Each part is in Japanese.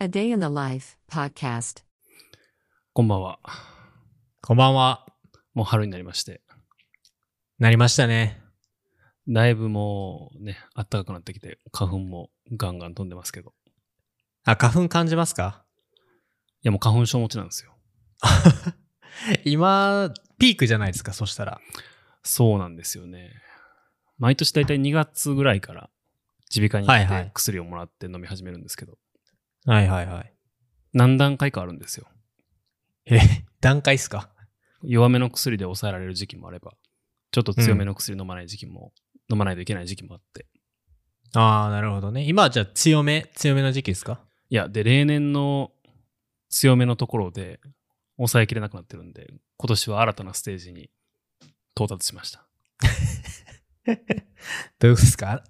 A Day in the Life podcast. こんばんは。こんばんは。もう春になりまして。なりましたね。だいぶもうね、暖かくなってきて、花粉もガンガン飛んでますけど。いあ、花粉感じますかやもう花粉症持ちなんですよ。今、ピークじゃないですか、そしたら。そうなんですよね。毎年だいたい2月ぐらいから、耳鼻科にはい行はっいて薬をもらって飲み始めるんですけど、はいはいはい。何段階かあるんですよ。え、段階っすか弱めの薬で抑えられる時期もあれば、ちょっと強めの薬飲まない時期も、飲まないといけない時期もあって。ああ、なるほどね。今はじゃあ強め、強めの時期ですかいや、で、例年の強めのところで抑えきれなくなってるんで、今年は新たなステージに到達しました。どういうことですか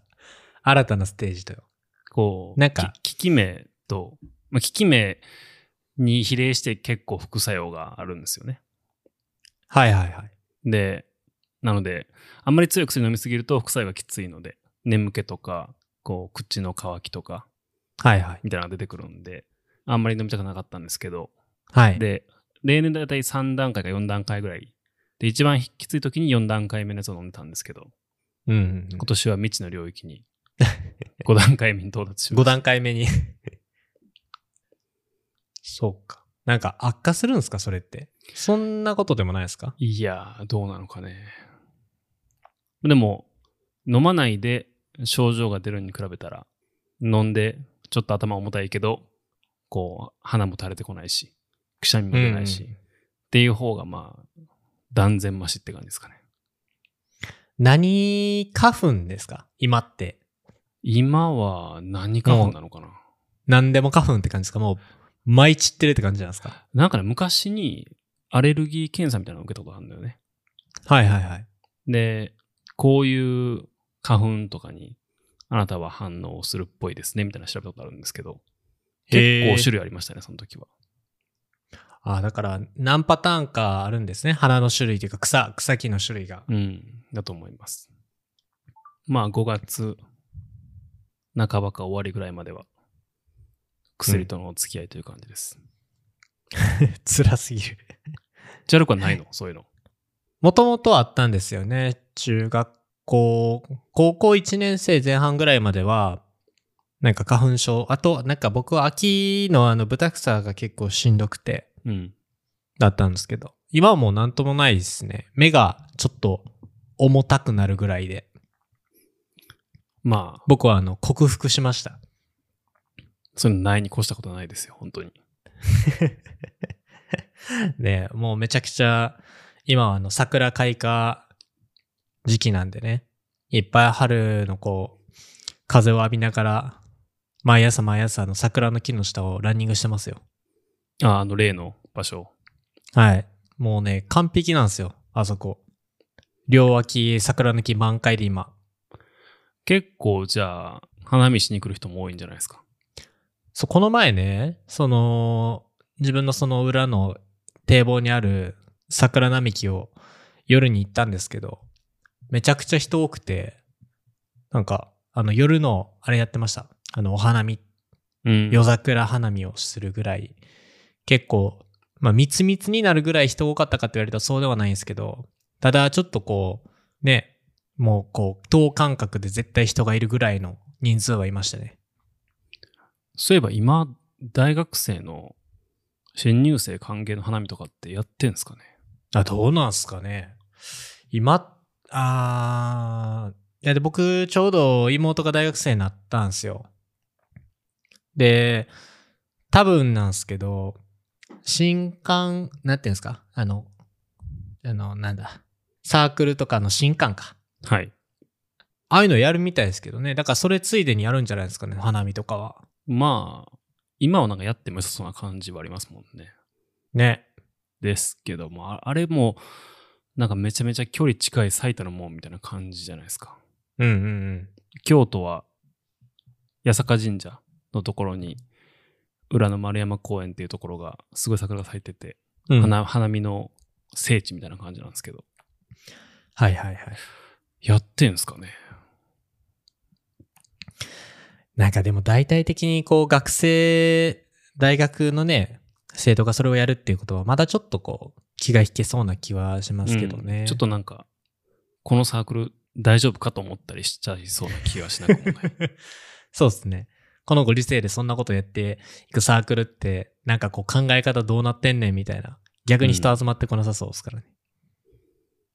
新たなステージとよ。こう、なんかき、効き目と、まあ、効き目に比例して結構副作用があるんですよね。はいはいはい。で、なので、あんまり強い薬飲みすぎると副作用がきついので、眠気とか、こう、口の渇きとか、はいはい。みたいなのが出てくるんで、あんまり飲みたくなかったんですけど、はい。で、例年だいたい3段階か4段階ぐらい。で、一番きつい時に4段階目のやつを飲んでたんですけど、うんうんうん今年は未知の領域 に5段階目に到達しま5した。段階目に。 そうか。なんか悪化するんですかそれって。そんなことでもないですかいやー、どうなのかね。でも、飲まないで症状が出るのに比べたら、飲んでちょっと頭重たいけど、こう、鼻も垂れてこないし、くしゃみも出ないし、うんうんっていう方がまあ、断然マシって感じですかね。何花粉ですか今って。今は何花粉なのかな何でも花粉って感じですかもう、舞い散ってるって感じなんですかなんかね、昔にアレルギー検査みたいなのを受けたことあるんだよね。はいはいはい。で、こういう花粉とかに、あなたは反応するっぽいですね、みたいなの調べたことあるんですけど、結へー構種類ありましたね、その時は。ああ、だから何パターンかあるんですね。花の種類というか草、草木の種類が。 うん、だと思います。まあ、5月半ばか終わりぐらいまでは、薬とのお付き合いという感じです。辛すぎる。ジャルコはないの、そういうの。もともとあったんですよね。中学校、高校1年生前半ぐらいまでは、なんか花粉症。あと、なんか僕は秋のあの豚草が結構しんどくて、うん。だったんですけど。今はもうなんともないですね。目がちょっと重たくなるぐらいで。まあ、僕はあの、克服しました。そういうのないに越したことはないですよ、本当に。ねもうめちゃくちゃ、今はあの桜開花時期なんでね、いっぱい春のこう、風を浴びながら、毎朝毎朝あの桜の木の下をランニングしてますよ。あ、あの、例の場所。はい。もうね、完璧なんですよ、あそこ。両脇桜の木満開で今。結構じゃあ花見しに来る人も多いんじゃないですか。そう、この前ね、その、自分のその裏の堤防にある桜並木を夜に行ったんですけど、めちゃくちゃ人多くて、なんか、あの夜の、あれやってました。あの、お花見、うん夜桜花見をするぐらい、結構、まあ、密密になるぐらい人多かったかって言われたらそうではないんですけど、ただ、ちょっとこう、ね、もうこう、等間隔で絶対人がいるぐらいの人数はいましたね。そういえば今、大学生の新入生歓迎の花見とかってやってんすかね。あ、どうなんすかね。今、あーいやで、僕、ちょうど妹が大学生になったんすよ。で、多分なんすけど、新刊、なんていうんですかあの、あの、なんだ、サークルとかの新刊か。はい。ああいうのやるみたいですけどね。だからそれついでにやるんじゃないですかね、花見とかは。まあ、今はなんかやっても良さそうな感じはありますもんね。ね。ですけども、ああれも、なんかめちゃめちゃ距離近い埼玉の門みたいな感じじゃないですか。うんうんうん。京都は、八坂神社のところに、裏の丸山公園っていうところが、すごい桜が咲いてて、うん、花花見の聖地みたいな感じなんですけど。はいはいはい。やってんすかね。なんかでも大体的にこう学生、大学のね、生徒がそれをやるっていうことはまだちょっとこう気が引けそうな気はしますけどね。うんちょっとなんか、このサークル大丈夫かと思ったりしちゃいそうな気がしなくも ない。 そうですね。このご時世でそんなことやっていくサークルって、なんかこう考え方どうなってんねんみたいな。逆に人集まってこなさそうですからね。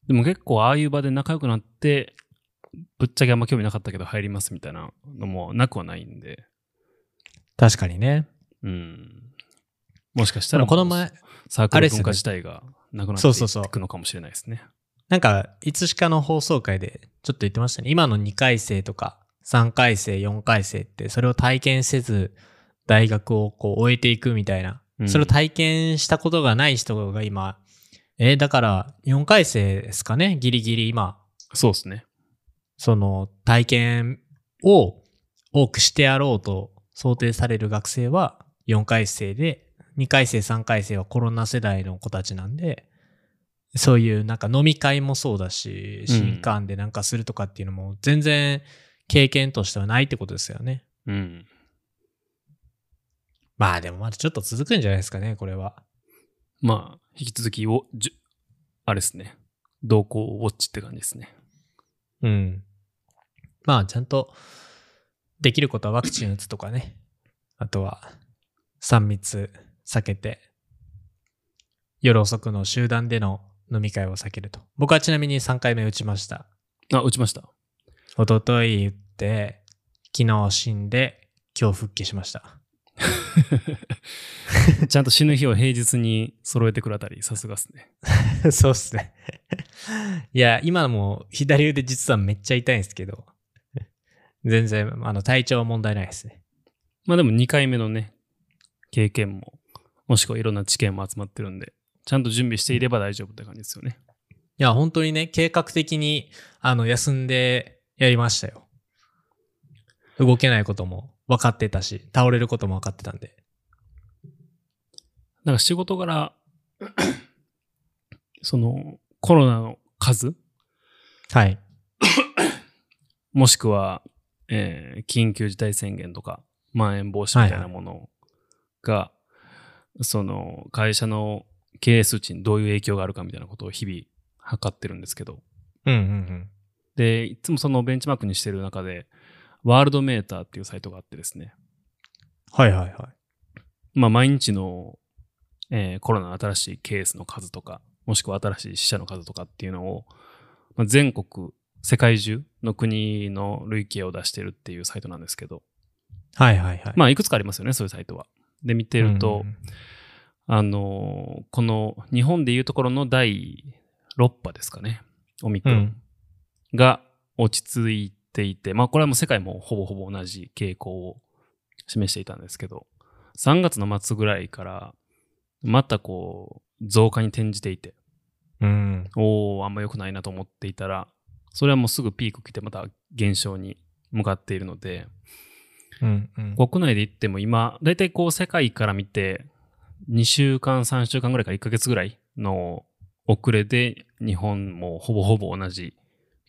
でも結構ああいう場で仲良くなって、ぶっちゃけあんま興味なかったけど入りますみたいなのもなくはないんで、確かにね。うん。もしかしたでらもこのもう前、サークあれルっす文よね化自体がなくなってそうそうそういくのかもしれないですね。なんかいつしかの放送会でちょっと言ってましたね。今の2回生とか3回生、4回生ってそれを体験せず大学をこう終えていくみたいな。うんそれを体験したことがない人が今、えーだから4回生ですかね。ギリギリ今、そうですね。その体験を多くしてやろうと想定される学生は4回生で、2回生、3回生はコロナ世代の子たちなんで、そういうなんか飲み会もそうだし、うん新刊でなんかするとかっていうのも全然経験としてはないってことですよね。うん。まあでもまだちょっと続くんじゃないですかね、これは。まあ、引き続きを、じゅあれですね。動向をウォッチって感じですね。うん。まあちゃんとできることはワクチン打つとかね。あとは3密避けて、夜遅くの集団での飲み会を避けると。僕はちなみに3回目打ちました。あ、打ちました。一昨日打って、昨日死んで、今日復帰しました。 ちゃんと死ぬ日を平日に揃えてくれたり、さすがっすね。そうっすね。 いや、今も左腕実はめっちゃ痛いんですけど、 全然あの体調は問題ないですね。まあでも2回目のね、経験も、もしくはいろんな知見も集まってるんで、ちゃんと準備していれば大丈夫って感じですよね。いや、本当にね、計画的に、あの、休んでやりましたよ。動けないことも分かってたし、倒れることも分かってたんで。なんか仕事柄、 そのコロナの数、はい。もしくは、えー緊急事態宣言とか、まん延防止みたいなものが、その会社の経営数値にどういう影響があるかみたいなことを日々測ってるんですけど、うんうんうん。で、いつもそのベンチマークにしてる中で、ワールドメーターっていうサイトがあってですね、はいはいはい。まあ、毎日の、えーコロナの新しいケースの数とか、もしくは新しい死者の数とかっていうのを、まあ、全国、世界中の国の累計を出してるっていうサイトなんですけど、はいはいはい。まあ、いくつかありますよね、そういうサイトは。で、見てうんうんうん、ると、あのーこの日本でいうところの第6波ですかね、オミクロンが落ち着いていて、まあ、これはもう世界もほぼほぼ同じ傾向を示していたんですけど、3月の末ぐらいから、またこう、増加に転じていて、うん。おおあんま良くないなと思っていたら、それはもうすぐピーク来て、また減少に向かっているので、うんうん。国内で言っても今、大体こう世界から見て、2週間、3週間ぐらいから1ヶ月ぐらいの遅れで、日本もほぼほぼ同じ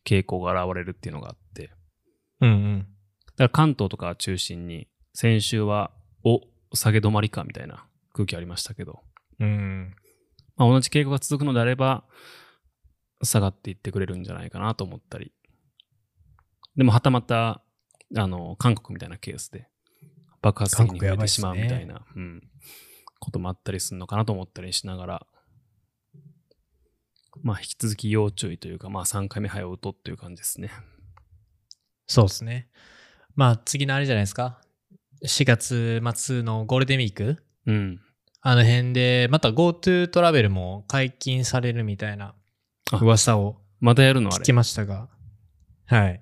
傾向が現れるっていうのがあって、うんうん。だから関東とか中心に、先週は、お、下げ止まりかみたいな空気ありましたけど、うん。まあ、同じ傾向が続くのであれば、下がっていってくれるんじゃないかなと思ったり。でも、はたまた、あの、韓国みたいなケースで、爆発的に増えてしまうみたいな、うん、こともあったりするのかなと思ったりしながら、まあ、引き続き要注意というか、まあ、3回目早打とうという感じですね。そうですね。まあ次のあれじゃないですか。4月末のゴールデンウィークうん。あの辺で、また GoTo トラベルも解禁されるみたいなあ噂をまたやるのあ聞れき、ましたが。はい。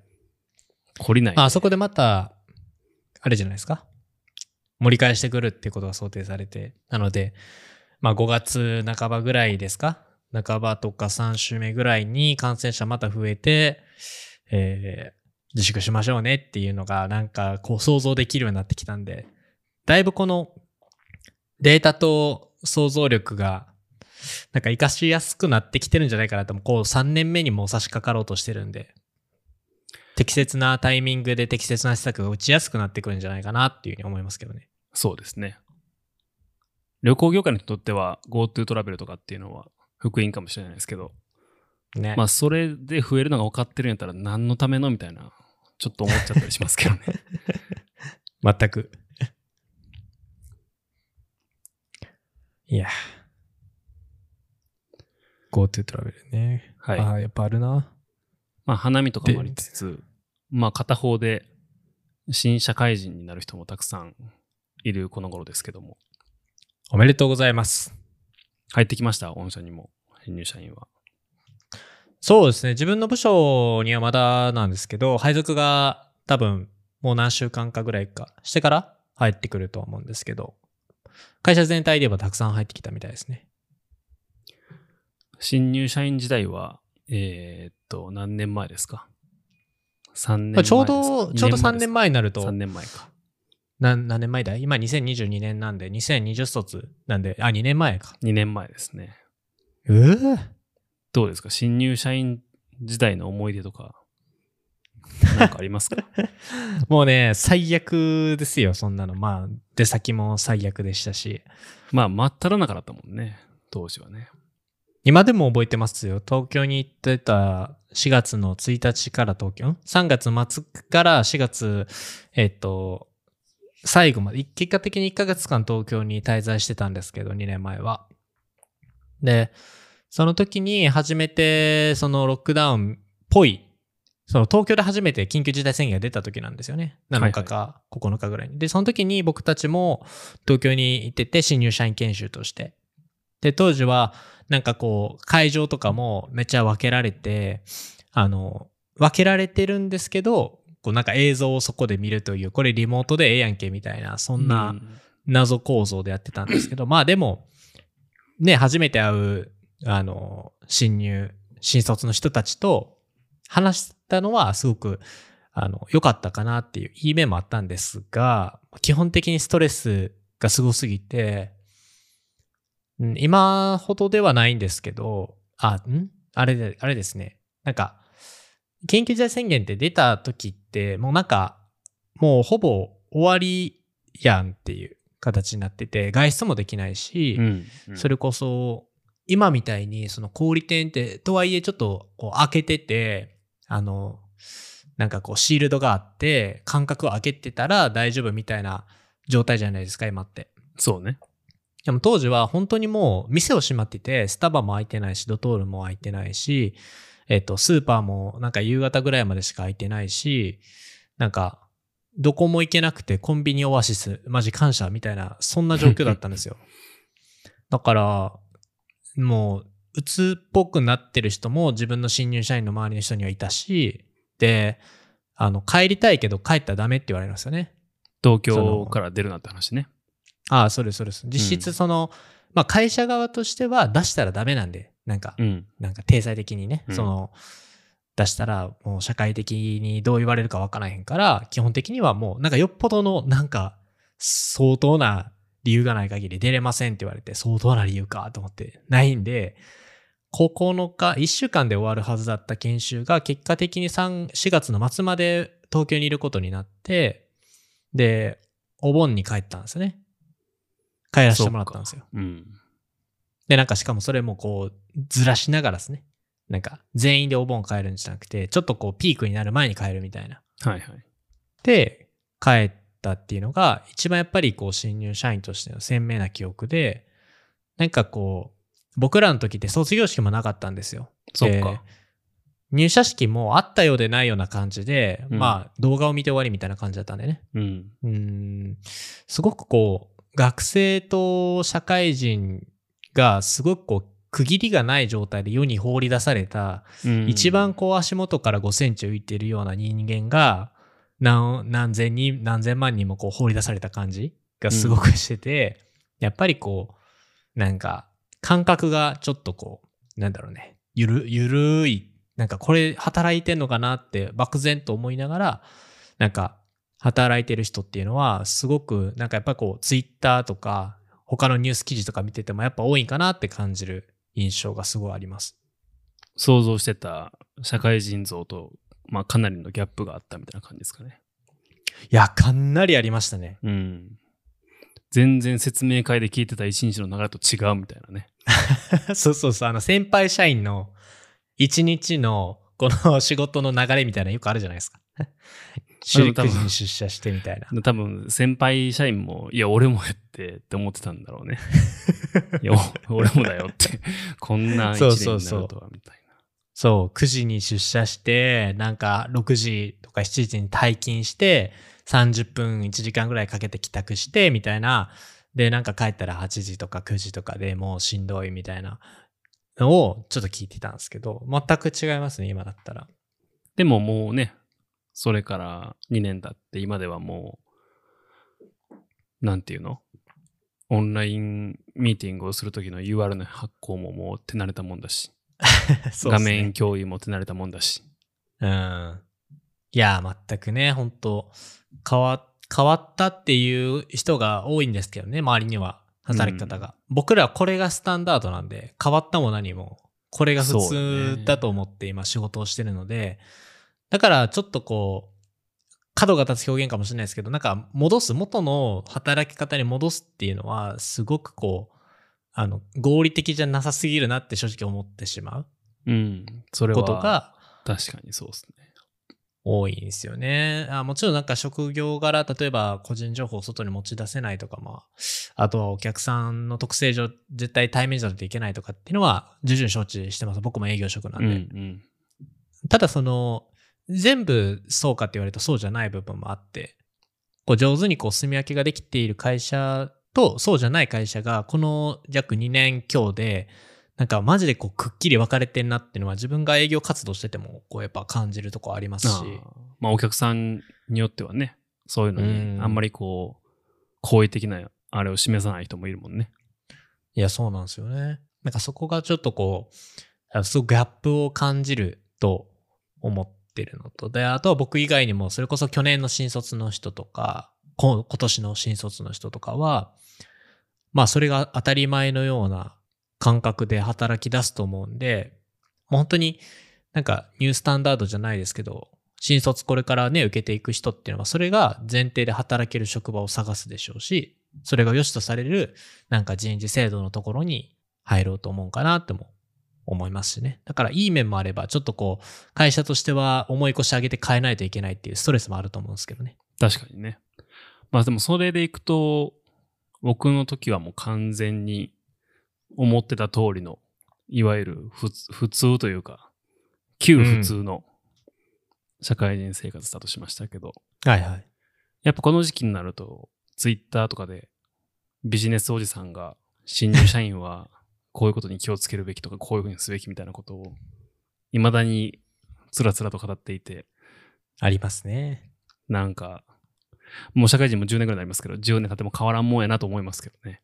懲りない、まあ、あそこでまた、あれじゃないですか。盛り返してくるってことが想定されて。なので、まあ、5月半ばぐらいですか半ばとか3週目ぐらいに感染者また増えて、えー自粛しましょうねっていうのが、なんか、こう想像できるようになってきたんで、だいぶこのデータと想像力が、なんか活かしやすくなってきてるんじゃないかなと、こう3年目にもう差し掛かろうとしてるんで、適切なタイミングで適切な施策が打ちやすくなってくるんじゃないかなっていうふうに思いますけどね。そうですね。旅行業界にとっては GoTo トラベルとかっていうのは福音かもしれないですけど、ね。まあそれで増えるのが分かってるんやったら何のためのみたいな、ちょっと思っちゃったりしますけどね。 全く。いや。GoTo トラベルね。はいああ、やっぱあるな。まあ花見とかもありつつ、まあ片方で新社会人になる人もたくさんいるこの頃ですけども、おめでとうございます。入ってきました、御社にも、編入社員は。そうですね。自分の部署にはまだなんですけど、配属が多分もう何週間かぐらいかしてから入ってくると思うんですけど、会社全体で言えばたくさん入ってきたみたいですね。新入社員時代は、えーっと、何年前ですか ?3 年前まあですちょかうど、ちょうど3年前になると、 3年前か。何何年前だい今2022年なんで、2020卒なんで、あ、2年前か。 2年前ですね。えー、どうですか新入社員時代の思い出とか、なんかあります かもうね、最悪ですよ、そんなの。まあ、出先も最悪でしたし。まあ、真っ只中だったもんね。当時はね。今でも覚えてますよ。東京に行ってた4月の1日から東京、ん ?3 月末から4月、えっと、最後まで、い結果的に1ヶ月間東京に滞在してたんですけど、2年前は。で、その時に初めて、そのロックダウンっぽい、その東京で初めて緊急事態宣言が出た時なんですよね。7日か9日ぐらいに。で、その時に僕たちも東京に行ってて、新入社員研修として。で、当時は、なんかこう、会場とかもめっちゃ分けられて、あの、分けられてるんですけど、こうなんか映像をそこで見るという、これリモートでええやんけみたいな、そんな、謎構造でやってたんですけど、まあでも、ね、初めて会う、あの、新入、新卒の人たちと話したのはすごく、あの、良かったかなっていう、いい面もあったんですが、基本的にストレスがすごすぎて、うん今ほどではないんですけど、あ、んあれで、あれですね。なんか、緊急事態宣言って出た時って、もうなんか、もうほぼ終わりやんっていう形になってて、外出もできないし、うん。うんそれこそ、今みたいに、その小売店って、とはいえちょっとこう開けてて、あの、なんかこうシールドがあって、間隔を開けてたら大丈夫みたいな状態じゃないですか、今って。そうね。でも当時は本当にもう店を閉まってて、スタバも開いてないし、ドトールも開いてないし、えっと、スーパーもなんか夕方ぐらいまでしか開いてないし、なんか、どこも行けなくてコンビニオアシス、マジ感謝みたいな、そんな状況だったんですよ。だから、もう、鬱っぽくなってる人も自分の新入社員の周りの人にはいたし、で、あの、帰りたいけど帰ったらダメって言われるんですよね。東そ京のから出るなって話ね。ああ、そうです、そうです。実うん質その、まあ会社側としては出したらダメなんで、なんか、うん。なんか体裁的にね、うんその、出したらもう社会的にどう言われるかわからへんから、基本的にはもう、なんかよっぽどの、なんか、相当な理由がない限り出れませんって言われて、相当な理由かと思って、ないんで、9日、1週間で終わるはずだった研修が、結果的に3、4月の末まで東京にいることになって、で、お盆に帰ったんですよね。帰らせてもらったんですよ。うん。で、なんかしかもそれもこう、ずらしながらですね。なんか、全員でお盆帰るんじゃなくて、ちょっとこう、ピークになる前に帰るみたいな。はいはい。で、帰ったっていうのが、一番やっぱりこう、新入社員としての鮮明な記憶で、なんかこう、僕らの時って卒業式もなかったんですよ。そっえーか。入社式もあったようでないような感じで、うんまあ、動画を見て終わりみたいな感じだったんでね。うん。うーんすごくこう、学生と社会人がすごくこう、区切りがない状態で世に放り出された、うん一番こう足元から5センチ浮いてるような人間が、何何千人、何千万人もこう放り出された感じがすごくしてて、やっぱりこう、なんか、感覚がちょっとこう、なんだろうね、ゆる、ゆるい、なんかこれ働いてんのかなって漠然と思いながら、なんか、働いてる人っていうのは、すごく、なんかやっぱこう、ツイッターとか、他のニュース記事とか見ててもやっぱ多いんかなって感じる印象がすごいあります。想像してた社会人像とまあ、かなりのギャップがあったみたいな感じですかね。いや、かなりありましたね。 うん。全然説明会で聞いてた一日の流れと違うみたいなね。そうそうそう。あの、先輩社員の一日のこの 仕事の流れみたいなのよくあるじゃないですか。 で週も多9分時に出社してみたいな。で多分、先輩社員も、いや、俺もやってって思ってたんだろう ね。いや、お俺もだよって。こんな一そう年そうになそうるとは、みたいな。そう、9時に出社して、なんか6時とか7時に退勤して、30分1時間ぐらいかけて帰宅して、みたいな。で、なんか帰ったら8時とか9時とかでもうしんどいみたいなのをちょっと聞いてたんですけど、全く違いますね、今だったら。でももうね、それから2年経って、今ではもう、なんていうのオンラインミーティングをするときの UR の発行ももう手慣れたもんだし、そうっ画すね面共有も手慣れたもんだし。うん。いやー、全くね、本当変わ、変わったっていう人が多いんですけどね、周りには、働き方が。僕らはこれがスタンダードなんで、変わったも何も、これが普そうだ通ねだと思って今仕事をしてるので、だからちょっとこう、角が立つ表現かもしれないですけど、なんか戻す、元の働き方に戻すっていうのは、すごくこう、あの、合理的じゃなさすぎるなって正直思ってしまうん。それうは、ことが、確かにそうですね。多いんですよね。あもちろんなんか職業柄、例えば個人情報を外に持ち出せないとか、まあ、あとはお客さんの特性上、絶対対面じゃないといけないとかっていうのは、徐々に承知してます。僕も営業職なんうんで。うん。ただその、全部そうかって言われるとそうじゃない部分もあって、こう上手にこう住み分けができている会社とそうじゃない会社が、この約2年強で、なんかマジでこうくっきり分かれてんなっていうのは自分が営業活動しててもこうやっぱ感じるとこありますし。あーまあお客さんによってはね、そういうのうにんあんまりこう、好意的なあれを示さない人もいるもんね。いや、そうなんですよね。なんかそこがちょっとこう、あすごくギャップを感じると思ってるのと、で、あとは僕以外にも、それこそ去年の新卒の人とか、こ今年の新卒の人とかは、まあそれが当たり前のような感覚で働き出すと思うんで、もう本当になんかニュースタンダードじゃないですけど、新卒これからね、受けていく人っていうのは、それが前提で働ける職場を探すでしょうし、それが良しとされるなんか人事制度のところに入ろうと思うかなっても思いますしね。だからいい面もあれば、ちょっとこう、会社としては重い腰上げて変えないといけないっていうストレスもあると思うんですけどね。確かにね。まあでもそれでいくと、僕の時はもう完全に思ってた通りの、いわゆる普通普通というか、旧普通の社会人生活だとしましたけど、はいはい。やっぱこの時期になると、ツイッターとかでビジネスおじさんが新入社員 はこういうことに気をつけるべきとか、こういうふうにすべきみたいなことを、未だにつらつらと語っていて、ありますね。なんか、もう社会人も10年ぐらいになりますけど、10年経っても変わらんもんやなと思いますけどね。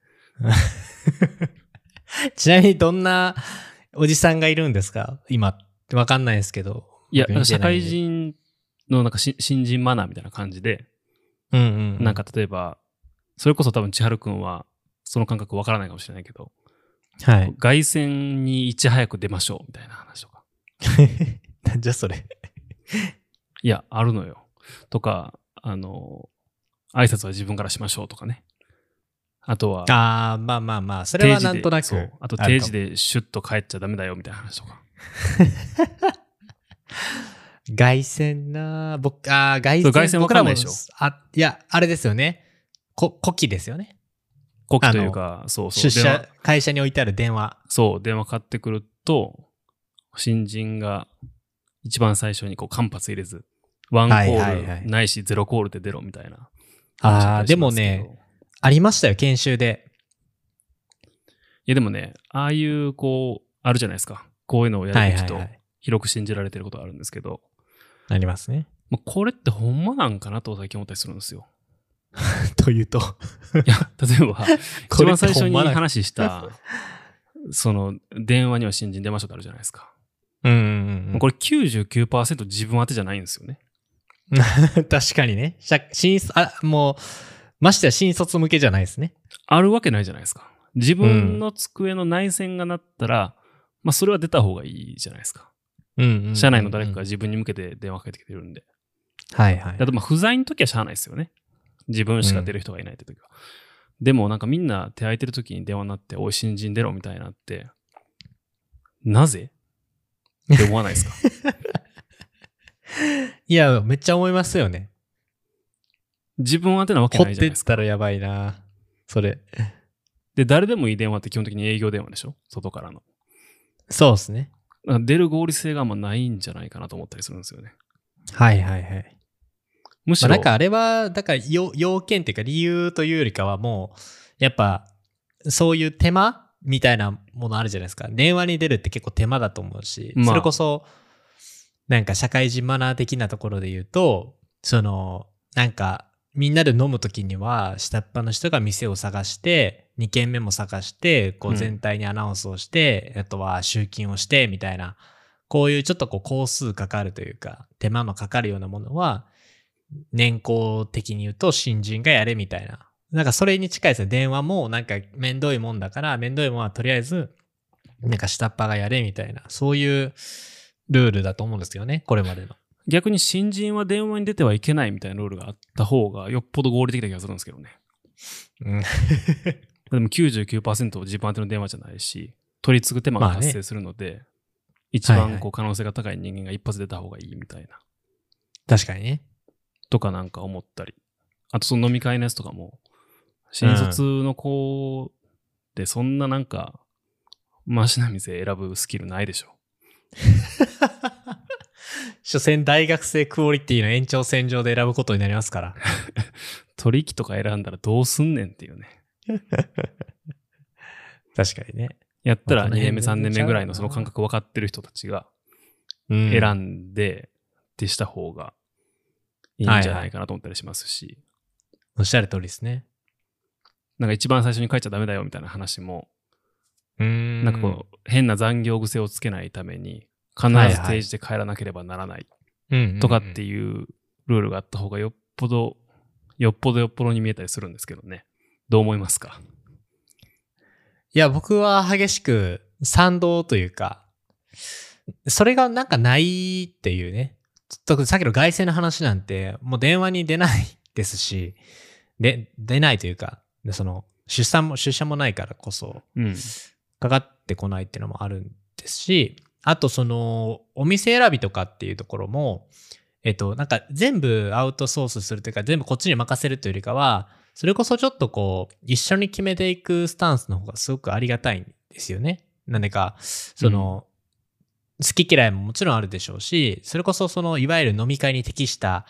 ちなみにどんなおじさんがいるんですか今、わかんないですけど。いや僕、見て社ない会ん人で。のなんかし新人マナーみたいな感じで、うんうんう。なんか例えば、それこそ多分千春くんはその感覚わからないかもしれないけど、はい。凱旋にいち早く出ましょうみたいな話とか。なん じゃそれ。いや、あるのよ。とか、あの、挨拶は自分からしましょうとかね。あとは、ああ、まあまあまあ、それはなんとなくそう。あとるかも定時でシュッと帰っちゃダメだよみたいな話とか。凱旋なぁ僕、あー凱そう旋。凱旋わ僕からんなもいでしょあ、いや、あれですよね。こ、古希ですよね。古希というか、そうそう。出電話社、会社に置いてある電話。そう、電話かかってくると、新人が一番最初にこう間髪入れず、ワンコール、はいはいはいないしゼロコールで出ろみたいな。ああ、でもね、。ありましたよ、研修で。いやでもね、ああいうこう、あるじゃないですか。こういうのをやはいるべはきいとはい。広く信じられてることあるんですけど、ありますね。まあ、これってほんまなんかなと最近思ったりするんですよ。 というと。いや、例えば、 こ一れ番って最初ほんにまなんか話した、その、電話には新人出ましょうってあるじゃないですか。うんうんうん。これ99%自分宛てじゃないんですよね。確かにね。社新卒、あ、もう、ましてや新卒向けじゃないですね。あるわけないじゃないですか。自分の机の内線がなったら、まあ、それは出た方がいいじゃないですか。うんうんうんうん社内の誰かが自分に向けて電話かけてきてるんで。はいはいあ。と、まあ、不在の時はしゃあないですよね。自分しか出る人がいないって時は。でも、なんかみんな手空いてる時に電話になって、おい、新人出ろみたいになって、なぜって思わない ですかいや、めっちゃ思いますよね。自分宛てなわけ凝ないっじゃなていっですか。たらやばいな。それ。で、誰でもいい電話って基本的に営業電話でしょ外からの。そうですね。だから出る合理性があんまないんじゃないかなと思ったりするんですよね。はいはいはい。むしまあ、ろ、なんかあれは、だから要要件っていうか理由というよりかはもう、やっぱ、そういう手間みたいなものあるじゃないですか。電話に出るって結構手間だと思うし、まあそれこそ、なんか社会人マナー的なところで言うと、その、なんか、みんなで飲むときには、下っ端の人が店を探して、2軒目も探して、こうんう全体にアナウンスをして、あとは集金をして、みたいな、こういうちょっとこう、工数かかるというか、手間のかかるようなものは、年功的に言うと新人がやれみたいな。なんかそれに近いですね。電話もなんかめんどいもんだから、めんどいもんはとりあえず、なんか下っ端がやれみたいな、そういうルールだと思うんですけどね、これまでの。逆に新人は電話に出てはいけないみたいなルールがあった方がよっぽど合理的な気がするんですけどね。うん、でも99%自分宛ての電話じゃないし、取り次ぐ手間がまあね発生するので、一番はいはこう可能性が高い人間が一発出た方がいいみたいな、確かにね。とかなんか思ったり。あとその飲み会のやつとかも、新卒の子でそんななんか、マシな店選ぶスキルないでしょ。所詮大学生クオリティの延長線上で選ぶことになりますから。取引とか選んだらどうすんねんっていうね。確かにね。やったらまあ2この年目辺3年目ぐらいのちそゃのうな感覚分かってる人たちがうん選んでってした方がいいんじゃないかなと思ったりしますし。おっしゃる通りですね。なんか一番最初に書いちゃダメだよみたいな話も、うんなんかこう、変な残業癖をつけないために、必ず定時で帰らなければならないうんとかってう。いうルールがあった方がよっぽど、よっぽどよっぽどに見えたりするんですけどね。どう思いますかいや、僕は激しく賛同というか、それがなんかないっていうね。特にさっきの外線の話なんて、もう電話に出ないですし、で、出ないというか、でその、出産も、出社もないからこそ、うん。かかってこないっていうのもあるんですし、あとその、お店選びとかっていうところも、えっと、なんか全部アウトソースするというか、全部こっちに任せるというよりかは、それこそちょっとこう、一緒に決めていくスタンスの方がすごくありがたいんですよね。なんでか、その、好き嫌いももちろんあるでしょうし、それこそその、いわゆる飲み会に適した、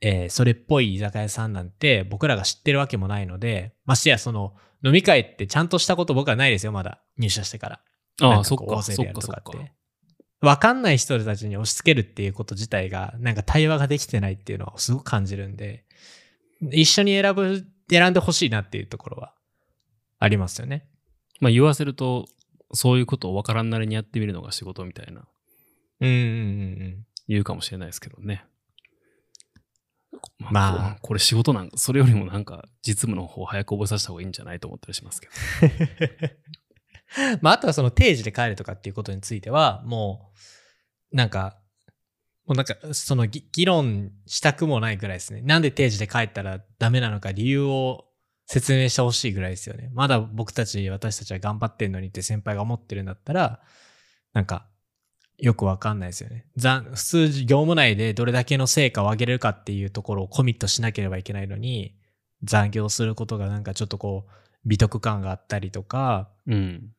えーそれっぽい居酒屋さんなんて僕らが知ってるわけもないので、ましてやその、飲み会ってちゃんとしたこと僕はないですよ、まだ。入社してから。あなんあ、そかっこうか、大勢でそっやるか、とそっってか。わかんない人たちに押し付けるっていうこと自体が、なんか対話ができてないっていうのはすごく感じるんで、一緒に選ぶ、選んでほしいなっていうところはありますよね。まあ言わせると、そういうことを分からんなりにやってみるのが仕事みたいな、うんうんうん言うかもしれないですけどね。まあ、まあこれ仕事なんか、それよりもなんか実務の方を早く覚えさせた方がいいんじゃないと思ったりしますけど。 うん。まあ、あとはその定時で帰るとかっていうことについては、もう、なんか、もうなんか、そのぎ議論したくもないぐらいですね。なんで定時で帰ったらダメなのか理由を説明してほしいぐらいですよね。まだ僕たち、私たちは頑張ってんのにって先輩が思ってるんだったら、なんか、よくわかんないですよね。ざ普通、業務内でどれだけの成果を上げれるかっていうところをコミットしなければいけないのに、残業することがなんかちょっとこう、美徳感があったりとか、うん。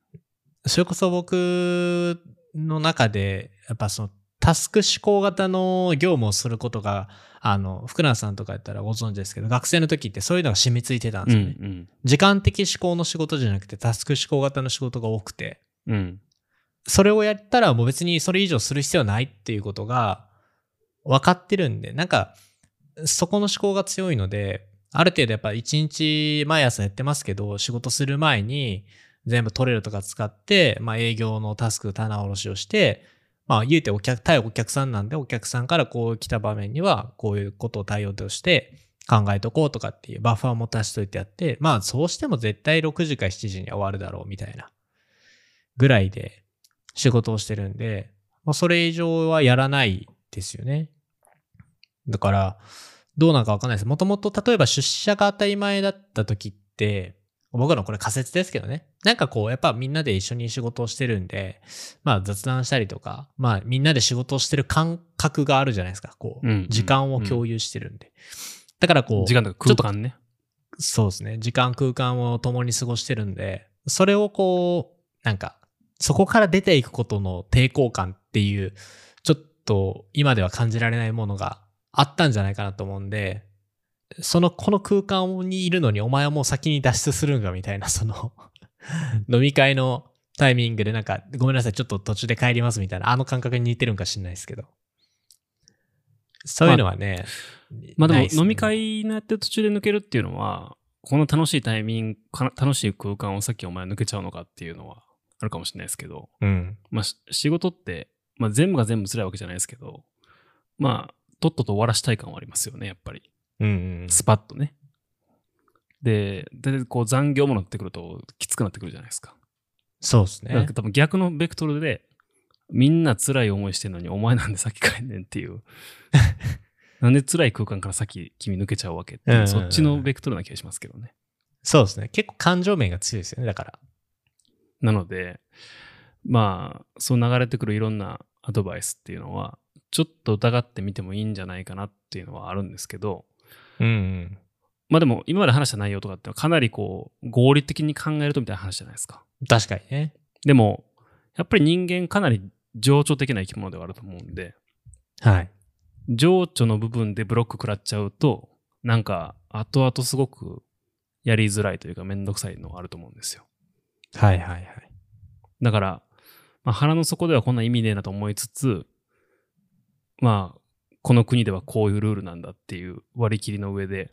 それこそ僕の中で、やっぱそのタスク思考型の業務をすることが、あの、福永さんとかやったらご存知ですけど、学生の時ってそういうのが染みついてたんうでんすよね。うん。時間的思考の仕事じゃなくて、タスク思考型の仕事が多くて、うん。それをやったらもう別にそれ以上する必要はないっていうことが分かってるんで、なんか、そこの思考が強いので、ある程度やっぱ一日毎朝やってますけど、仕事する前に全部取れるとか使って、まあ営業のタスク棚卸しをして、まあ言うてお客、対お客さんなんで、お客さんからこう来た場面にはこういうことを対応として考えとこうとかっていうバッファーを持たしといてやって、まあそうしても絶対6時か7時には終わるだろうみたいなぐらいで仕事をしてるんで、ままあ、それ以上はやらないですよね。だから、どうなのかわかんないです。もともと、例えば出社が当たり前だった時って、僕のこれ仮説ですけどね。なんかこう、やっぱみんなで一緒に仕事をしてるんで、まあ雑談したりとか、まあみんなで仕事をしてる感覚があるじゃないですか。こうんうんう、時間を共有してるんで。だからこう、時間とちょかっと空間ね。そうですね。時間、空間を共に過ごしてるんで、それをこう、なんか、そこから出ていくことの抵抗感っていう、ちょっと今では感じられないものがあったんじゃないかなと思うんで、その、この空間にいるのにお前はもう先に脱出するんかみたいな、その、飲み会のタイミングでなんか、ごめんなさい、ちょっと途中で帰りますみたいな、あの感覚に似てるんかしんないですけど。そういうのはね、まあでなもいっすね飲み会のやってる途中で抜けるっていうのは、この楽しいタイミング、かな楽しい空間をさっきお前抜けちゃうのかっていうのはあるかもしれないですけど、うん。まあし仕事って、まあ全部が全部辛いわけじゃないですけど、まあ、とっとと終わらしたい感はありますよね、やっぱり。うんうん。スパッとね。で、大体こう残業もなってくるときつくなってくるじゃないですか。そうですなんねか。多分逆のベクトルで、みんな辛い思いしてんのに、お前なんで先帰んねんって いう。なんで辛い空間から先君抜けちゃうわけっていう、うんうんうんそっちのベクトルな気がしますけどね。そうですね。結構感情面が強いですよね、だから。なので、まあ、そう流れてくるいろんなアドバイスっていうのは、ちょっと疑ってみてもいいんじゃないかなっていうのはあるんですけど、うん、うん。まあでも今まで話した内容とかってのはかなりこう合理的に考えるとみたいな話じゃないですか。確かにね。でも、やっぱり人間かなり情緒的な生き物ではあると思うんで、はい。情緒の部分でブロック食らっちゃうと、なんか後々すごくやりづらいというかめんどくさいのはあると思うんですよ。はいはいはい。だから、まあ、腹の底ではこんな意味ねえなと思いつつ、まあ、この国ではこういうルールなんだっていう割り切りの上で、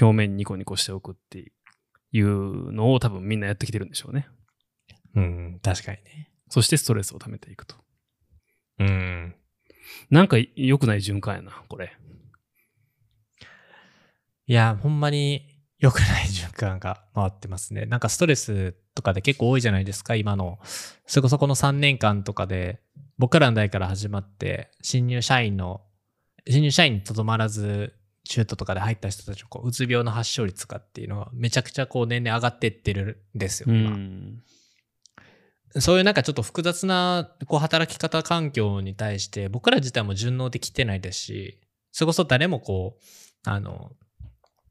表面ニコニコしておくっていうのを多分みんなやってきてるんでしょうね。うん、確かにね。そしてストレスを溜めていくと。うん。なんか良くない循環やな、これ。いや、ほんまに良くない循環が回ってますね。なんかストレスとかで結構多いじゃないですか、今の。それこそこの3年間とかで、僕らの代から始まって、新入社員の、新入社員にとどまらず、中途とかで入った人たちのこううつ病の発症率とかっていうのはめちゃくちゃこう年々上がってってるんですよ、今。ん。そういうなんかちょっと複雑なこう働き方環境に対して僕ら自体も順応できてないですし、それこそ誰もこう、あの、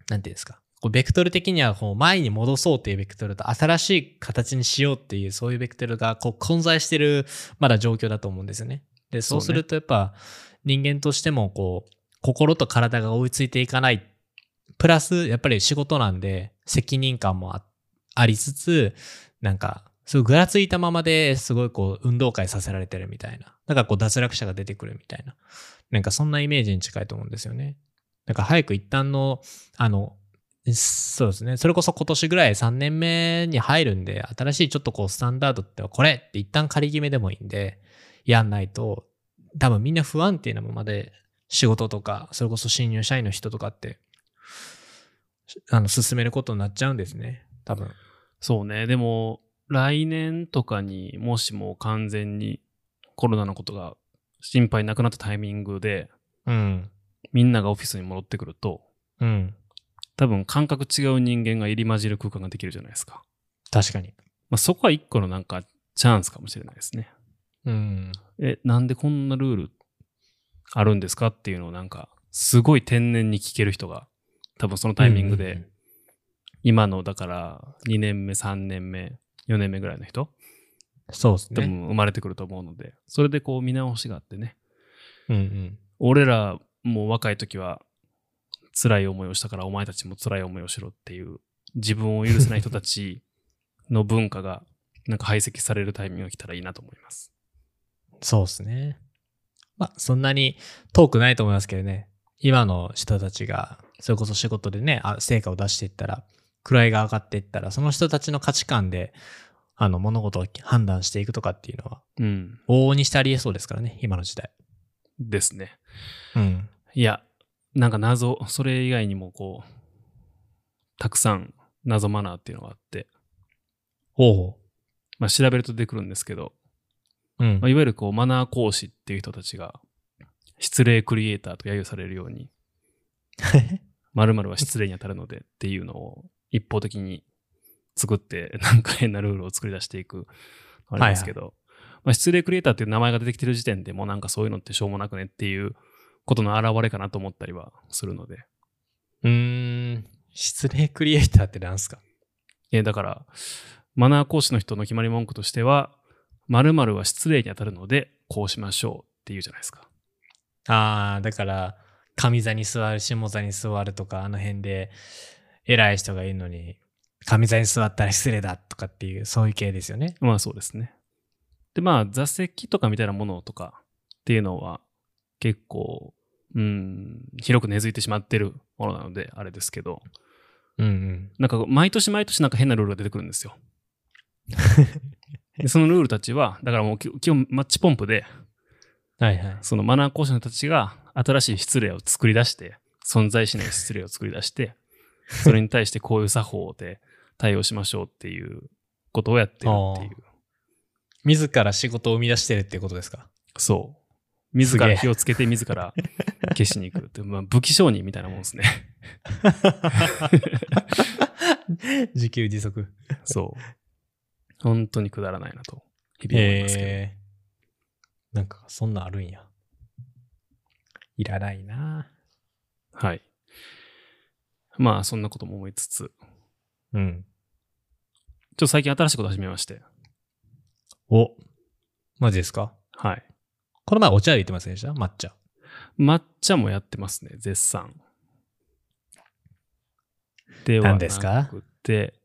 なんていうんですか、こうベクトル的にはこう前に戻そうっていうベクトルと新しい形にしようっていうそういうベクトルがこう混在してるまだ状況だと思うんですよね。で、そうするとやっぱ人間としてもこう、心と体が追いついていかない。プラス、やっぱり仕事なんで責任感もあありつつ、なんか、すごいぐらついたままですごいこう運動会させられてるみたいな。だからこう脱落者が出てくるみたいな。なんかそんなイメージに近いと思うんですよね。なんか早く一旦の、あの、そうですね。それこそ今年ぐらい3年目に入るんで、新しいちょっとこうスタンダードってこれって一旦仮決めでもいいんで、やんないと、多分みんな不安定なままで仕事とか、それこそ新入社員の人とかって、あの、進めることになっちゃうんですね。多分。そうね。でも、来年とかにもしも完全にコロナのことが心配なくなったタイミングで、うん。みんながオフィスに戻ってくると、うん。多分感覚違う人間が入り混じる空間ができるじゃないですか。確かに。まあ、そこは一個のなんかチャンスかもしれないですね。うん。え、なんでこんなルールあるんですかっていうのをなんか、すごい天然に聞ける人が、多分そのタイミングうんうんうでん、今のだから2年目、3年目、4年目ぐらいの人、そうです多ね。分生まれてくると思うので、それでこう見直しがあってね、うんうん。俺らもう若い時は辛い思いをしたからお前たちも辛い思いをしろっていう自分を許せない人たちの文化がなんか排斥されるタイミングが来たらいいなと思います。そうですね。まあ、そんなに遠くないと思いますけどね。今の人たちが、それこそ仕事でね、あ成果を出していったら、位が上がっていったら、その人たちの価値観で、あの、物事を判断していくとかっていうのは、うん。往々にしてありえそうですからね、今の時代。ですね。うん。いや、なんか謎、それ以外にもこう、たくさん謎マナーっていうのがあって、ほうほまあ調べると出てくるんですけど、うんまあ、いわゆるこうマナー講師っていう人たちが失礼クリエイターと揶揄されるように〇〇は失礼に当たるのでっていうのを一方的に作って なんか変なルールを作り出していくあれですけど、まあ、失礼クリエイターっていう名前が出てきてる時点でもうなんかそういうのってしょうもなくねっていうことの表れかなと思ったりはするので うーん。失礼クリエイターってなんすかえーだから、マナー講師の人の決まり文句としては、〇〇は失礼に当たるので、こうしましょうっていうじゃないですか。ああ、だから、上座に座る、下座に座るとか、あの辺で、偉い人がいるのに、上座に座ったら失礼だとかっていう、そういう系ですよね。まあそうですね。で、まあ座席とかみたいなものとかっていうのは結構、うん、広く根付いてしまってるものなので、あれですけど、うんうん。なんか毎年毎年なんか変なルールが出てくるんですよ。でそのルールたちは、だからもうき基本マッチポンプで、はいはい。そのマナー講師の人たちが新しい失礼を作り出して、存在しない失礼を作り出して、それに対してこういう作法で対応しましょうっていうことをやってるっていう。自ら仕事を生み出してるってことですか そう。自らす火をつけて、自ら消しに行くって、まあ、武器商人みたいなもんですね。 自給自足。そう。本当にくだらないなと、日々思いますけど。えー、なんか、そんなんあるんや。いらないなはい。まあ、そんなことも思いつつ、ちょっうん。と最近新しいこと始めまして、お、マジですかはい。この前お茶入れてませんでした抹茶。抹茶もやってますね、絶賛。では何なですかくて、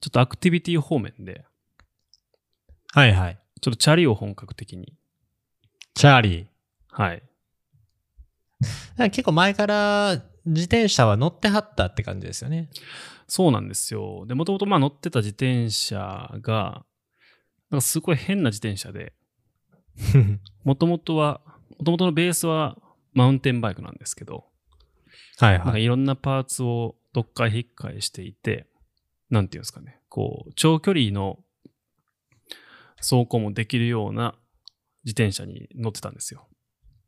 ちょっとアクティビティ方面で、はいはい。ちょっとチャリを本格的に、チャーリー。はい。だから結構前から自転車は乗ってはったって感じですよね。 そうなんですよ。で、もともとまあ乗ってた自転車が、なんかすごい変な自転車で、もともとは、もともとのベースはマウンテンバイクなんですけど、はいなんかい。いろんなパーツをどっかへ引っかえしていて、なんていうんですかね、こう、長距離の走行もできるような自転車に乗ってたんですよ。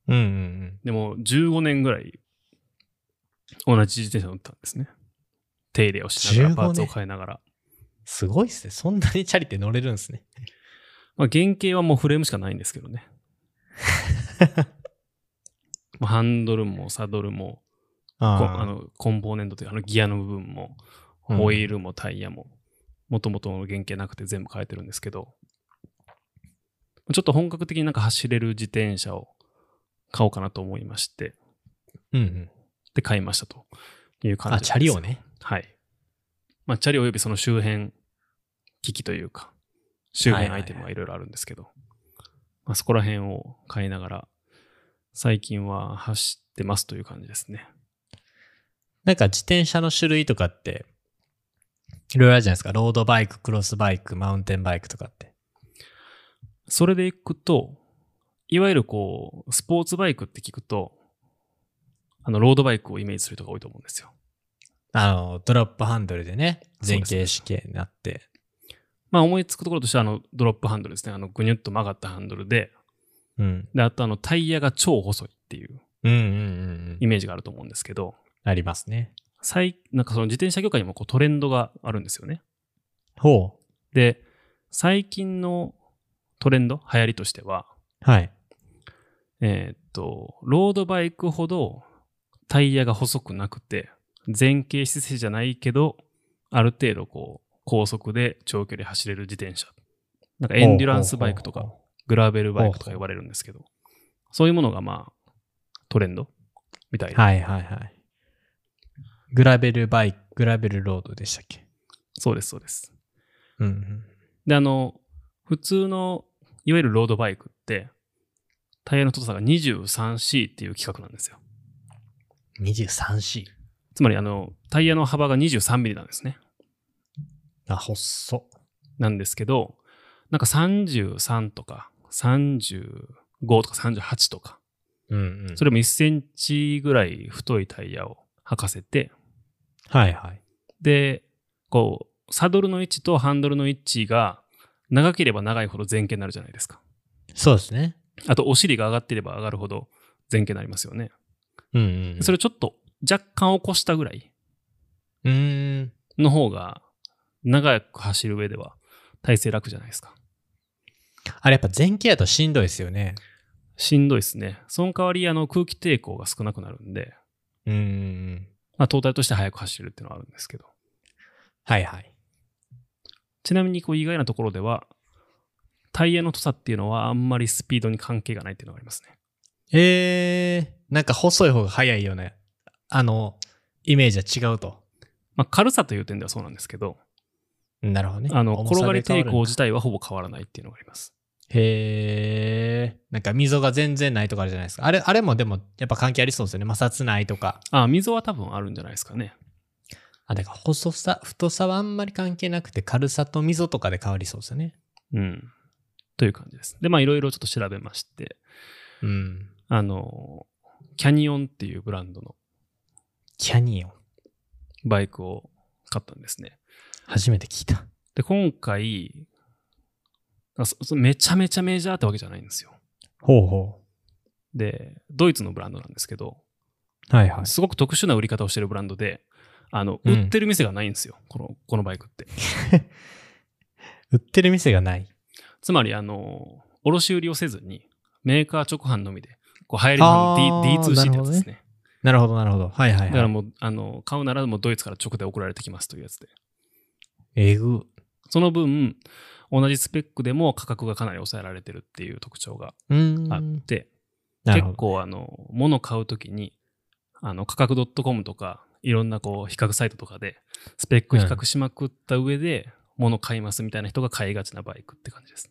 うんうんうん。でも、15年ぐらい同じ自転車乗ってたんですね。手入れをしながら、 15パーツを変えながら。すごいっすね。そんなにチャリって乗れるんですね。まあ、原型はもうフレームしかないんですけど ね。まあハンドルもサドルも、あこあのコンポーネントというかあのギアの部分もうんホイールもタイヤももともとの原型なくて全部変えてるんですけどちょっと本格的になんか走れる自転車を買おうかなと思いましてうんうん。で買いましたという感じなんあ、ですチャリをね。はい、まあ、チャリおよびその周辺機器というか周辺アイテムはいろいろあるんですけど、まあ、そこら辺を買いながら最近は走ってますという感じですねなんか自転車の種類とかって、いろいろあるじゃないですか。ロードバイク、クロスバイク、マウンテンバイクとかって。それでいくと、いわゆるこう、スポーツバイクって聞くと、あの、ロードバイクをイメージする人が多いと思うんですよ。あの、ドロップハンドルでね、そう前傾で式になって。まあ、思いつくところとしては、あの、ドロップハンドルですね。あの、ぐにゅっと曲がったハンドルで、うん。で、あと、あの、タイヤが超細いっていううんうんうんうイん。メージがあると思うんですけど、ありますね。最、なんかその自転車業界にもこうトレンドがあるんですよね。ほう。で、最近のトレンド、流行りとしては、はい。えーっと、ロードバイクほどタイヤが細くなくて、前傾姿勢じゃないけど、ある程度こう、高速で長距離走れる自転車。なんかエンデュランスバイクとほうかほ、グラベルバイクとか言われるんですけど、そういうものがまあ、トレンドみたいな。はいはいはい。グラベルバイク、グラベルロードでしたっけそうです、そうです。うんうん。で、あの、普通の、いわゆるロードバイクって、タイヤの太さが 23C っていう規格なんですよ。 23C。つまり、あの、タイヤの幅が23ミリなんですね。あ、細っ。なんですけど、なんか33とか35とか38とか、うんうんそれも1センチぐらい太いタイヤを履かせて、はいはい。で、こう、サドルの位置とハンドルの位置が長ければ長いほど前傾になるじゃないですか。そうですね。あと、お尻が上がっていれば上がるほど前傾になりますよね。うん、うん。それをちょっと若干起こしたぐらいうーん。の方が、長く走る上では体勢楽じゃないですか。あれやっぱ前傾やとしんどいですよね。しんどいですね。その代わり、あの、空気抵抗が少なくなるんで、うんうんうん。まあ、トータルとして速く走れるっていうのはあるんですけど。はいはい。ちなみに、こう、意外なところでは、タイヤの太さっていうのはあんまりスピードに関係がないっていうのがありますね。えー、なんか細い方が早いよね。あの、イメージは違うと。まあ、軽さという点ではそうなんですけど、なるほどね。あの、重転さがでり変わる抵抗自体はほぼ変わらないっていうのがあります。へえ。なんか溝が全然ないとかあるじゃないですか。あれ、あれもでもやっぱ関係ありそうですよね。摩擦ないとか。あ、溝は多分あるんじゃないですかね。あ、だから細さ、太さはあんまり関係なくて軽さと溝とかで変わりそうですよね。うん。という感じです。で、まあ、いろいろちょっと調べまして、うん。あの、キャニオンっていうブランドのキャニオン。バイクを買ったんですね。初めて聞いた。で、今回、あそそめちゃめちゃメジャーってわけじゃないんですよ。ほうほで、ドイツのブランドなんですけど、う。はいはい。すごく特殊な売り方をしてるブランドで、あの、うん売ってる店がないんですよ、この、このバイクって。売ってる店がない。つまり、あの、卸売りをせずに、メーカー直販のみで、こう流行りのあー D- D2C ってやつですなるほどね。なるほど、なるほど。はいはいだからはい。もう、あの、買うならもうドイツから直で送られてきますというやつで。えぐ。その分、同じスペックでも価格がかなり抑えられてるっていう特徴がうーん。あって、なるほ結ど。構あの、物買うときに、あの、価格 .com とか、いろんなこう、比較サイトとかで、スペック比較しまくった上で、物買いますみたいな人が買いがちなバイクって感じです。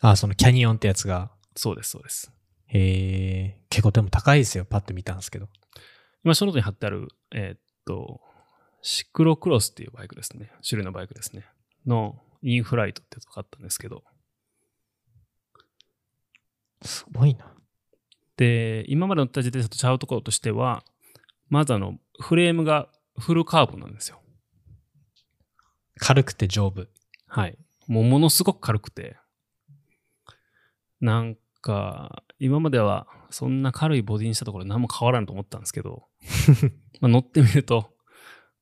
あ、そのキャニオンってやつが。そうです、そうです。へえ。結構でも高いですよ。パッと見たんですけど。今、その後に貼ってある、えーっと、シクロクロスっていうバイクですね。種類のバイクですね。の、インフライトってやつを買ったんですけど、すごいな。で、今まで乗った自転車とちゃうところとしては、まずあの、フレームがフルカーボンなんですよ。軽くて丈夫。はい。もうものすごく軽くて。なんか、今まではそんな軽いボディにしたところ何も変わらんと思ったんですけ ど、まあ乗ってみると、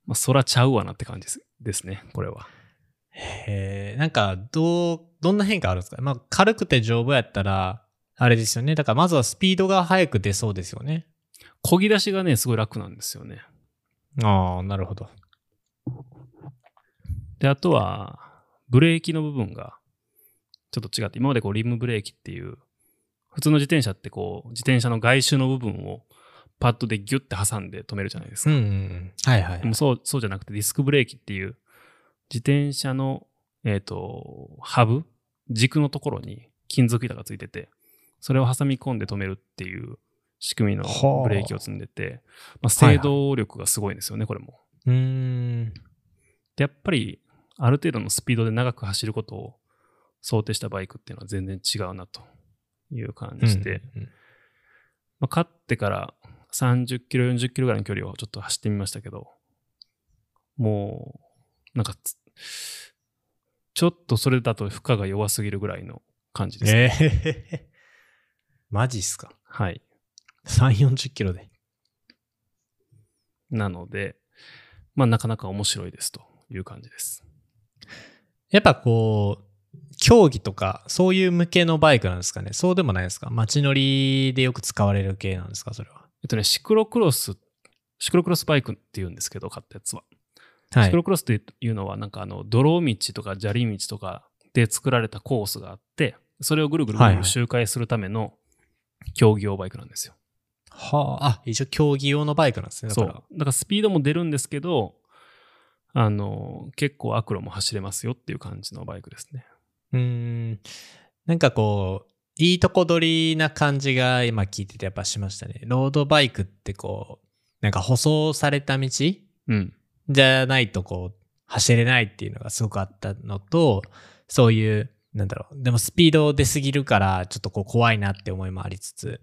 まあ、そらちゃうわなって感じですですね、これは。へえ、なんか、どう、どんな変化あるんですかまあ、軽くて丈夫やったら、あれですよね。だから、まずはスピードが速く出そうですよね。漕ぎ出しがね、すごい楽なんですよね。ああ、なるほど。で、あとは、ブレーキの部分が、ちょっと違って、今までこう、リムブレーキっていう、普通の自転車ってこう、自転車の外周の部分を、パッドでギュッて挟んで止めるじゃないですうか。んうんうん。はいはいで。もそう、そうじゃなくて、ディスクブレーキっていう、自転車の、えっ、と、ハブ軸のところに金属板がついてて、それを挟み込んで止めるっていう仕組みのはあブレーキを積んでて、まあ、制動力がすごいんですよね、これも。うーん。でやっぱりある程度のスピードで長く走ることを想定したバイクっていうのは全然違うなという感じで、うんうんまあ、勝ってから30キロ40キロぐらいの距離をちょっと走ってみましたけどもうなんかつちょっとそれだと負荷が弱すぎるぐらいの感じうでん。す、えー、 マジっすか。はい3、40キロで。なのでまあなかなか面白いですという感じですやっぱこう、競技とか、そういう向けのバイクなんですかね。そうでもないですか。街乗りでよく使われる系なんですか、それは。えっとねシクロクロスシクロクロスバイクっていうんですけど買ったやつははシクいロ。クロスっていうのはなんかあの泥道とか砂利道とかで作られたコースがあってそれをぐるぐるぐるはぐいはるい周回するための競技用バイクなんですよ。はあ、あ、一応競技用のバイクなんですね。だそかうら。だからスピードも出るんですけどあの結構アクロも走れますよっていう感じのバイクですね。うーん。なんかこう、いいとこ取りな感じが今聞いててやっぱしましたね。ロードバイクってこう、なんか舗装された道じうん、ゃないとこう、走れないっていうのがすごくあったのと、そういう、なんだろう、でもスピード出すぎるから、ちょっとこう怖いなって思いもありつつ、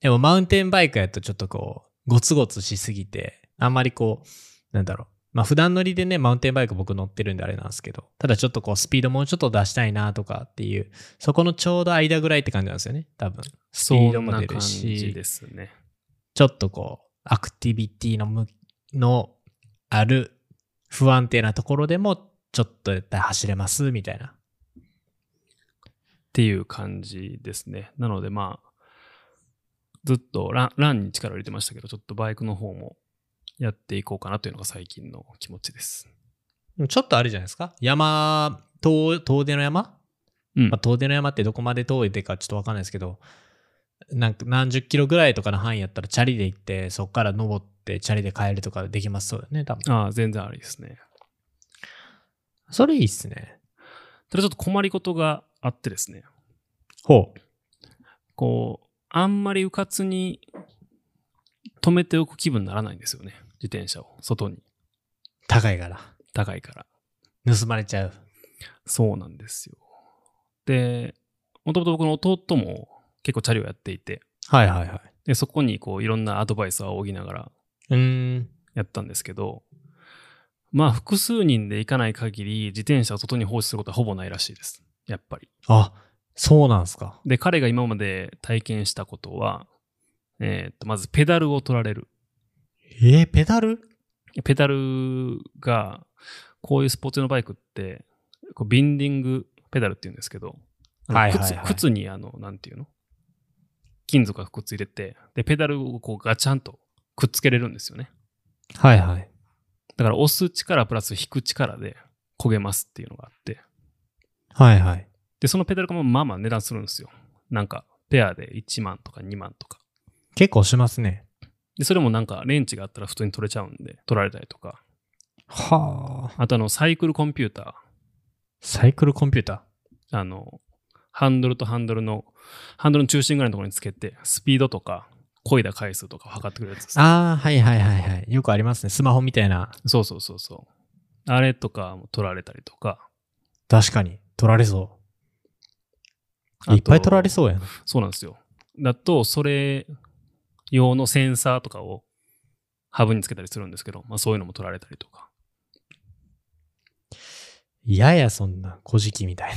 でもマウンテンバイクやとちょっとこう、ゴツゴツしすぎて、あんまりこう、なんだろう、まあ普段乗りでね、マウンテンバイク僕乗ってるんであれなんですけど、ただちょっとこうスピードもうちょっと出したいなとかっていう、そこのちょうど間ぐらいって感じなんですよね、多分。スピーそドんもな出感るしじですね。ちょっとこう、アクティビティのむのある不安定なところでも、ちょっと絶対走れます、みたいな。っていう感じですね。なのでまあ、ずっとランランに力を入れてましたけど、ちょっとバイクの方もやっていこうかなというのが最近の気持ちです。ちょっとあるじゃないですか。山、遠遠出の山、うんまあ、。遠出の山ってどこまで遠いでかちょっとわかんないですけど、なんか何十キロぐらいとかの範囲やったら、チャリで行って、そこから登って、チャリで帰るとかできますそうだよね、多分。ああ、全然ありですね。それいいっすね。ただちょっと困りことがあってですね、ほう。こう、あんまりうかつに止めておく気分にならないんですよね。自転車を外に。高いから。高いから。盗まれちゃう。そうなんですよ。で、もともと僕の弟も結構チャリをやっていて、はいはいはい。でそこにこういろんなアドバイスを仰ぎながらうーん。やったんですけど、まあ複数人で行かない限り自転車を外に放置することはほぼないらしいです。やっぱり。あ、そうなんすか。で、彼が今まで体験したことは、えーっと、まずペダルを取られる。えーペダルペダルが、こういうスポーツのバイクって、こうビンディングペダルって言うんですけど、あのはいはいはい靴靴にあの、なんていうの金属がくっついてて、で、ペダルをこうガチャンとくっつけれるんですよね。はいはい。だから押す力プラス引く力で焦げますっていうのがあって、はいはい。で、そのペダルがまあまあ値段するんですよ。なんか、ペアで1万とか2万とか。結構しますね。で、それもなんかレンチがあったら普通に取れちゃうんで、取られたりとか。はあ。あとあの、サイクルコンピューター。サイクルコンピュータあの、ハンドルとハンドルの、ハンドルの中心ぐらいのところにつけて、スピードとか、漕いだ回数とかを測ってくれるやつです。ああ、はいはいはいはい。よくありますね。スマホみたいな。そうそうそうそう。あれとかも取られたりとか。確かに。取られそあといっぱい取られそうやな。そうなんですよ。だと、それ用のセンサーとかをハブにつけたりするんですけど、まあそういうのも取られたりとか。いやや、そんな。古事記みたいな。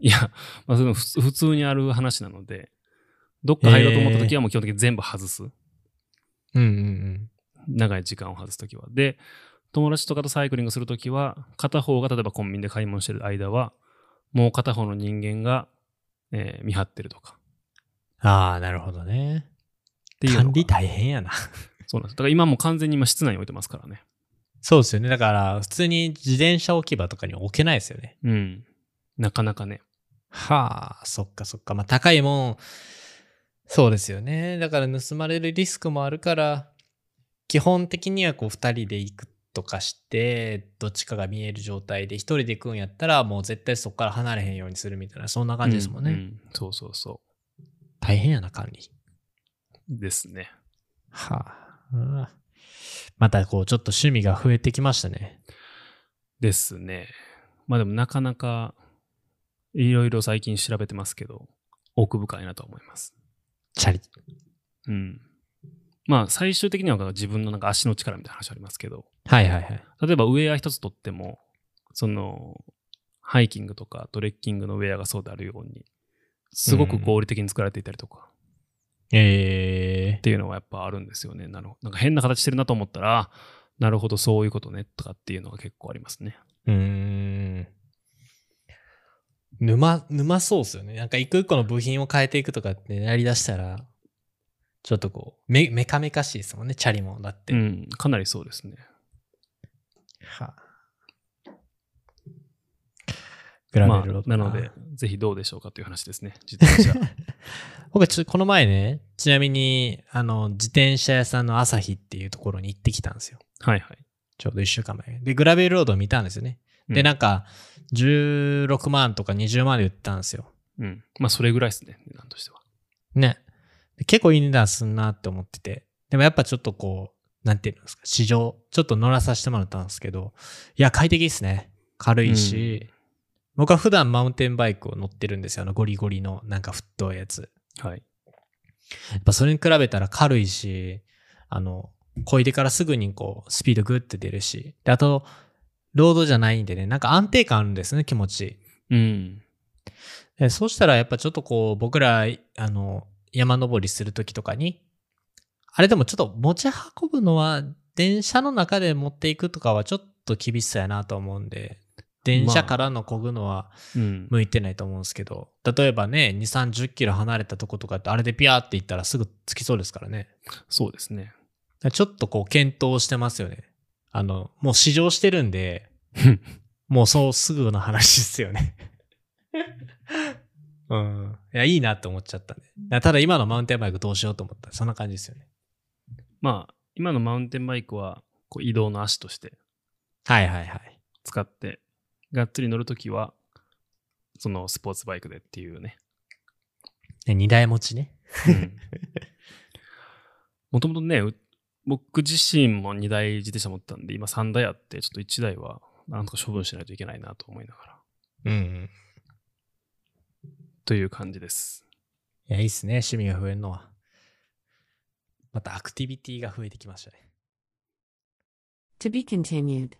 いや、まあその普通普通にある話なので、どっか入ろうと思った時はもう基本的に全部外す。うんうんうん。長い時間を外すときは。で、友達とかとサイクリングするときは、片方が例えばコンビニで買い物してる間は、もう片方の人間が、えー見張ってるとか。ああ、なるほどね。っていうのが管理大変やな。そうなんです。だから今もう完全に今室内に置いてますからね。そうですよね。だから、普通に自転車置き場とかに置けないですよね。うん。なかなかね。はあ、そっかそっか。まあ、高いもん、そうですよね。だから、盗まれるリスクもあるから、基本的にはこう、2人で行くとかして、どっちかが見える状態で、1人で行くんやったら、もう絶対そこから離れへんようにするみたいな、そんな感じですもんね。ううそうそうそ大変やな、管理。う。ですね。はあうん。また、こう、ちょっと趣味が増えてきましたね。ですね。まあでもなかなか、いろいろ最近調べてますけど、奥深いなと思います。チャリ。うん。まあ最終的には自分のなんか足の力みたいな話ありますけど、はいはいはい。例えばウェア一つとっても、その、ハイキングとかトレッキングのウェアがそうであるように、すごく合理的に作られていたりとか、っええていうのはやっぱあるんですよね。なるほどなんか変な形してるなと思ったら、あなるほど、そういうことね、とかっていうのが結構ありますね。うーん。沼、沼そうっすよね。なんか一個一個の部品を変えていくとかってやりだしたら、ちょっとこう、め、めかめかしいですもんね、チャリも。だって。うん、かなりそうですね。はグラまベルローあ、ドなので、ぜひどうでしょうかという話ですね、自転車。僕はちょっとこの前ね、ちなみに、あの、自転車屋さんの朝日っていうところに行ってきたんですよ。はいはい。ちょうど1週間前。で、グラベルロードを見たんですよね。で、うんなんか、16万とか20万で売ったんですよ。うん。まあ、それぐらいですね、値段としては。ね。で結構いい値段すんなって思ってて。でもやっぱちょっとこう、なんていうんですか、市場、ちょっと乗らさせてもらったんですけど、いや、快適ですね。軽いし、僕は普段マウンテンバイクを乗ってるんですよ。あの、ゴリゴリの、なんか太いやつ。はい。やっぱそれに比べたら軽いし、あの、漕いでからすぐにこう、スピードグッて出るし。で、あと、ロードじゃないんでね、なんか安定感あるんですね、気持ち。うん。えそうしたらやっぱちょっとこう僕らあの山登りする時とかにあれでもちょっと持ち運ぶのは電車の中で持っていくとかはちょっと厳しさやなと思うんで電車からのこぐのはうん。向いてないと思うんですけど、例えばね2 3 0キロ離れたとことかってあれでピャーって行ったらすぐ着きそうですからねそうですね。だからちょっとこう検討してますよねあのもう試乗してるん でもうそうすぐの話ですよね。 うん。いや、いいなって思っちゃったね。だからただ今のマウンテンバイクどうしようと思った。そんな感じですよね。まあ、今のマウンテンバイクはこう移動の足としてはいはいはい。使って、がっつり乗るときは、そのスポーツバイクでっていうね。ね二台持ちね。もともとね、う僕自身も2台自転車持ってたんで、今3台あって、ちょっと1台はなんとか処分しないといけないなと思いながら、うん、うん。という感じです。いや、いいっすね。趣味が増えるのは。またアクティビティが増えてきましたね。 To be continued.